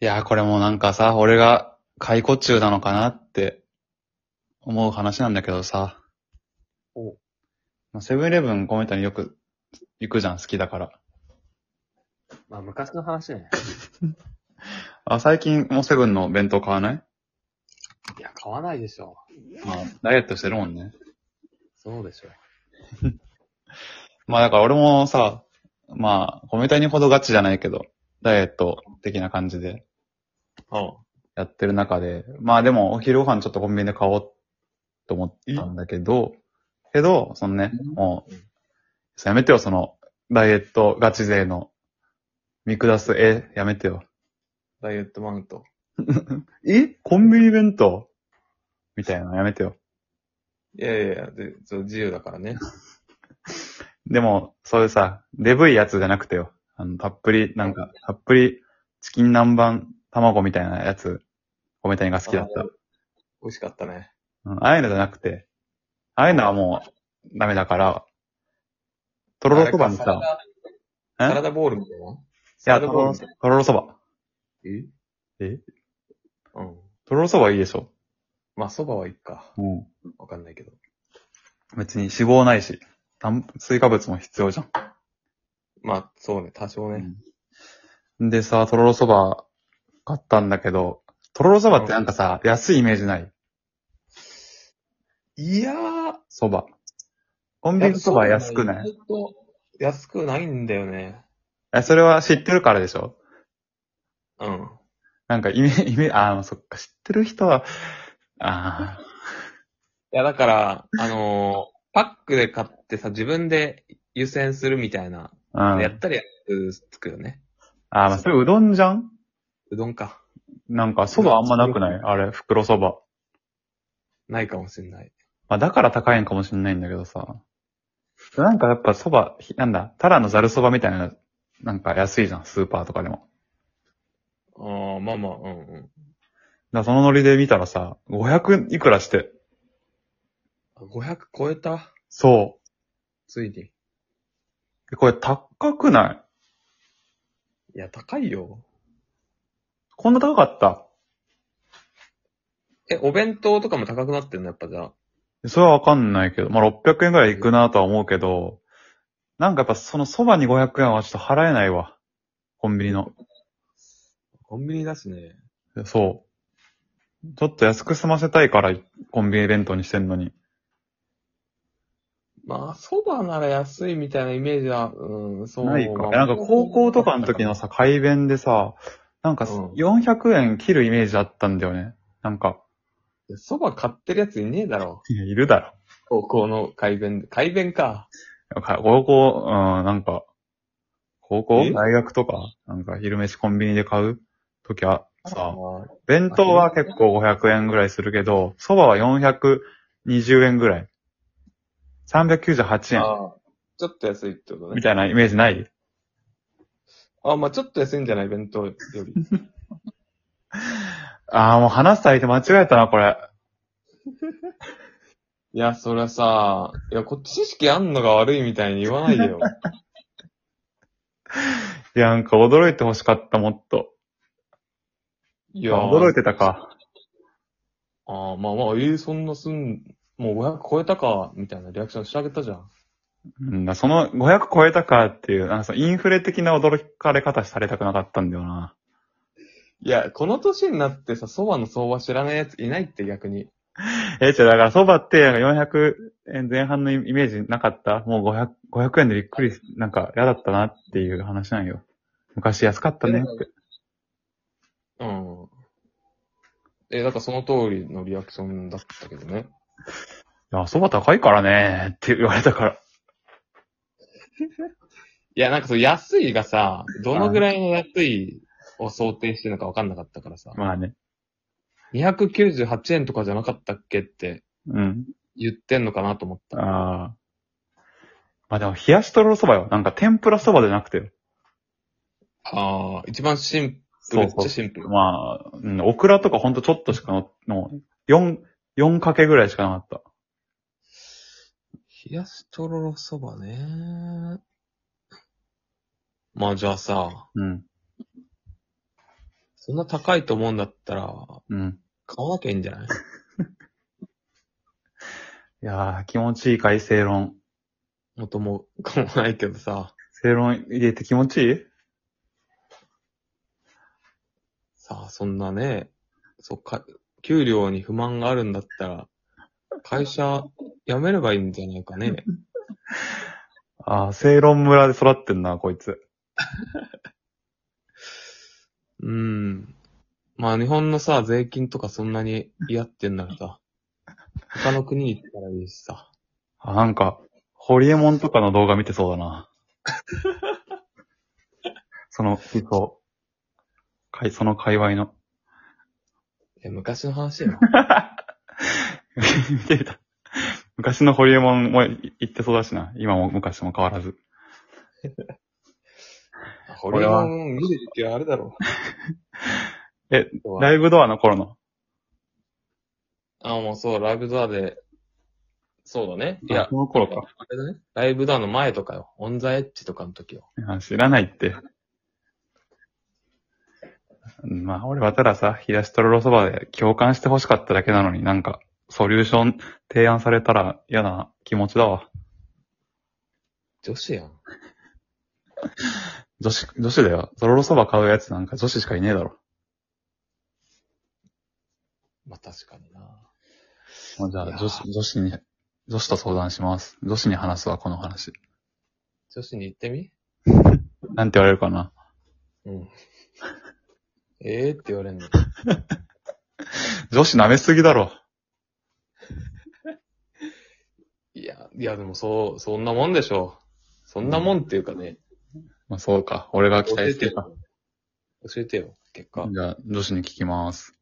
いやー、これもなんかさ、俺が解雇中なのかなって思う話なんだけどさ。おまあセブンイレブン、コメントによく行くじゃん、好きだから。まあ、昔の話ね。あ、最近もうセブンの弁当買わないいや、買わないでしょ。まあ、ダイエットしてるもんね。そうでしょ。まあだから俺もさ、まあ、コメントにほどガチじゃないけど、ダイエット的な感じでおやってる中で、まあでもお昼ご飯ちょっとコンビニで買おうと思ったんだけど、けど、そのね、うんもううん、やめてよ、その、ダイエットガチ勢の、見下す絵、やめてよ。ダイエットマウント。えコンビニ弁当みたいなのやめてよ。いやいやいや、でそう自由だからね。でも、そういうさ、デブいやつじゃなくてよ。あの、たっぷり、なんか、たっぷり、チキン南蛮卵みたいなやつ、米谷が好きだった。美味しかったね。うんああいうのじゃなくて、ああいうのはもうダメだから、とろろそばにあさ、れかサラダえサラダボールみたいな。いサや、とラダろろボールみそたいとろろそば。な。えうん。とろろそばいいでしょまあ、蕎麦はいいか。うん。わかんないけど。別に脂肪ないし、たん追加物も必要じゃん。まあ、そうね、多少ね。でさ、とろろそば買ったんだけど、とろろそばってなんかさ、安いイメージないいやー。そば。コンビニそば安くないずっと安くないんだよね。え、それは知ってるからでしょうん。なんかイメ、イメ、ああ、そっか、知ってる人は、あいや、だから、あのーパックで買ってさ、自分で湯煎するみたいな、あ、うん。やったらやつくよね。ああ、まあ、それうどんじゃんうどんか。なんか、蕎麦あんまなくないあれ、袋蕎麦。ないかもしんない。まあ、だから高いんかもしんないんだけどさ。なんかやっぱ蕎麦、ひなんだ、タラのざる蕎麦みたいな、なんか安いじゃん、スーパーとかでも。ああ、まあまあ、うんうだんからそのノリで見たらさ、500いくらして。あ。500超えたそ。ついに。いうえこれ高くないや、高いよ。こんな高かったえ、お弁当とかも高くなってんのやっぱじゃあ。それはわかんないけど、まあ、600円ぐらいいくなとは思うけど、なんかやっぱそのそばに500円はちょっと払えないわ。コンビニの。コンビニだしね。そう。ちょっと安く済ませたいから、コンビニ弁当にしてんのに。まあ、そばなら安いみたいなイメージは、うん、そう。ないか。まあなんか高校とかの時のさ、 改弁でさ、なんかうん400円切るイメージあったんだよね。なんか、いやそば買ってるやついねえだろ。いやいるだろ。高校の改弁、改弁か。か高校、うん、なんか、高校え大学とか、なんか昼飯コンビニで買う時はさ、あ弁当は結構500円ぐらいするけど、蕎麦は420円ぐらい。398円。ああ、ちょっと安いってことねみ。たいなイメージないああ、まあちょっと安いんじゃない弁当よ り。ああ、もう話す相手間違えたな、これ。いや、そりゃさ、いや、こっち知識あんのが悪いみたいに言わないで よ。いや、なんか驚いて欲しかった、もっと。いいや、驚いてたか。ああ、まあまあ、ええそんなすん、もう500超えたか、みたいなリアクションしてあげたじゃん。うんだ、その500超えたかっていう、なんかそのインフレ的な驚かれ方されたくなかったんだよな。いや、この年になってさ、蕎麦の相場知らないやついないって逆に。え、じゃだから蕎麦ってなんか400円前半のイメージなかったもう500、500円でびっくり、なんか嫌だったなっていう話なんよ。昔安かったねって。うん。え、だからその通りのリアクションだったけどね。いや、そば高いからね、って言われたから。いや、なんかその安いがさ、どのぐらいの安いを想定してるのか分かんなかったからさ、まあね。 298円とかじゃなかったっけってうん。言ってんのかなと思った。ああ。まあでも、冷やしとろろそばよ。なんか天ぷらそばじゃなくてよ。ああ、一番シンプルっちゃシンプル。まあ、うん、オクラとかほんとちょっとしかの、の、4、4かけぐらいしかなかっ冷やしとろろそばね。まあじゃあさ、た。うん。そんな高いと思うんだったら、うん。買わなきゃいいんじゃないいやー、気持ちいいかい、正論。もとも、かもないけどさ、正論入れて気持ちいいさあ、そんなね、そうか、給料に不満があるんだったら、会社辞めればいいんじゃないかね。あー、正論村で育ってんな、こいつ。うん。まあ日本のさ、税金とかそんなに嫌ってんならさ、他の国に行ったらいいしさ。あ、なんか、ホリエモンとかの動画見てそうだな。 その、そう。かい、その界隈の。いや昔の話 よ。見てみた。昔のホリエモンもい言ってそうだしな。今も昔も変わらず。これは見る時はあれだろう。え、ライイブドアの頃の。あ、もうそう、ライブドアで、そうだね。いあやそ、の頃か。あれだね。ライブドアの前とかよ。オンザエッジとかの時よ。いや知らないって。まあ、俺はたださ、冷やしとろろそばで共感して欲しかっただけなのになんか、ソリューション提案されたら嫌な気持ちだわ。女子やん。女子、女子だよ。とろろそば買うやつなんか女子しかいねえだろ。まあ確かにな。まあ、じゃあ、いやー女子、女子に、女子と相談します。女子に話すわ、この話。女子に行ってみなんて言われるかな。うん。ええって言われんの。女子舐めすぎだろ。いや、いやでもそう、そんなもんでしょう。そんなもんっていうかね。まあ、そうか。俺が期教待えしててよた。。教えてよ、結果。じゃあ、女子に聞きます。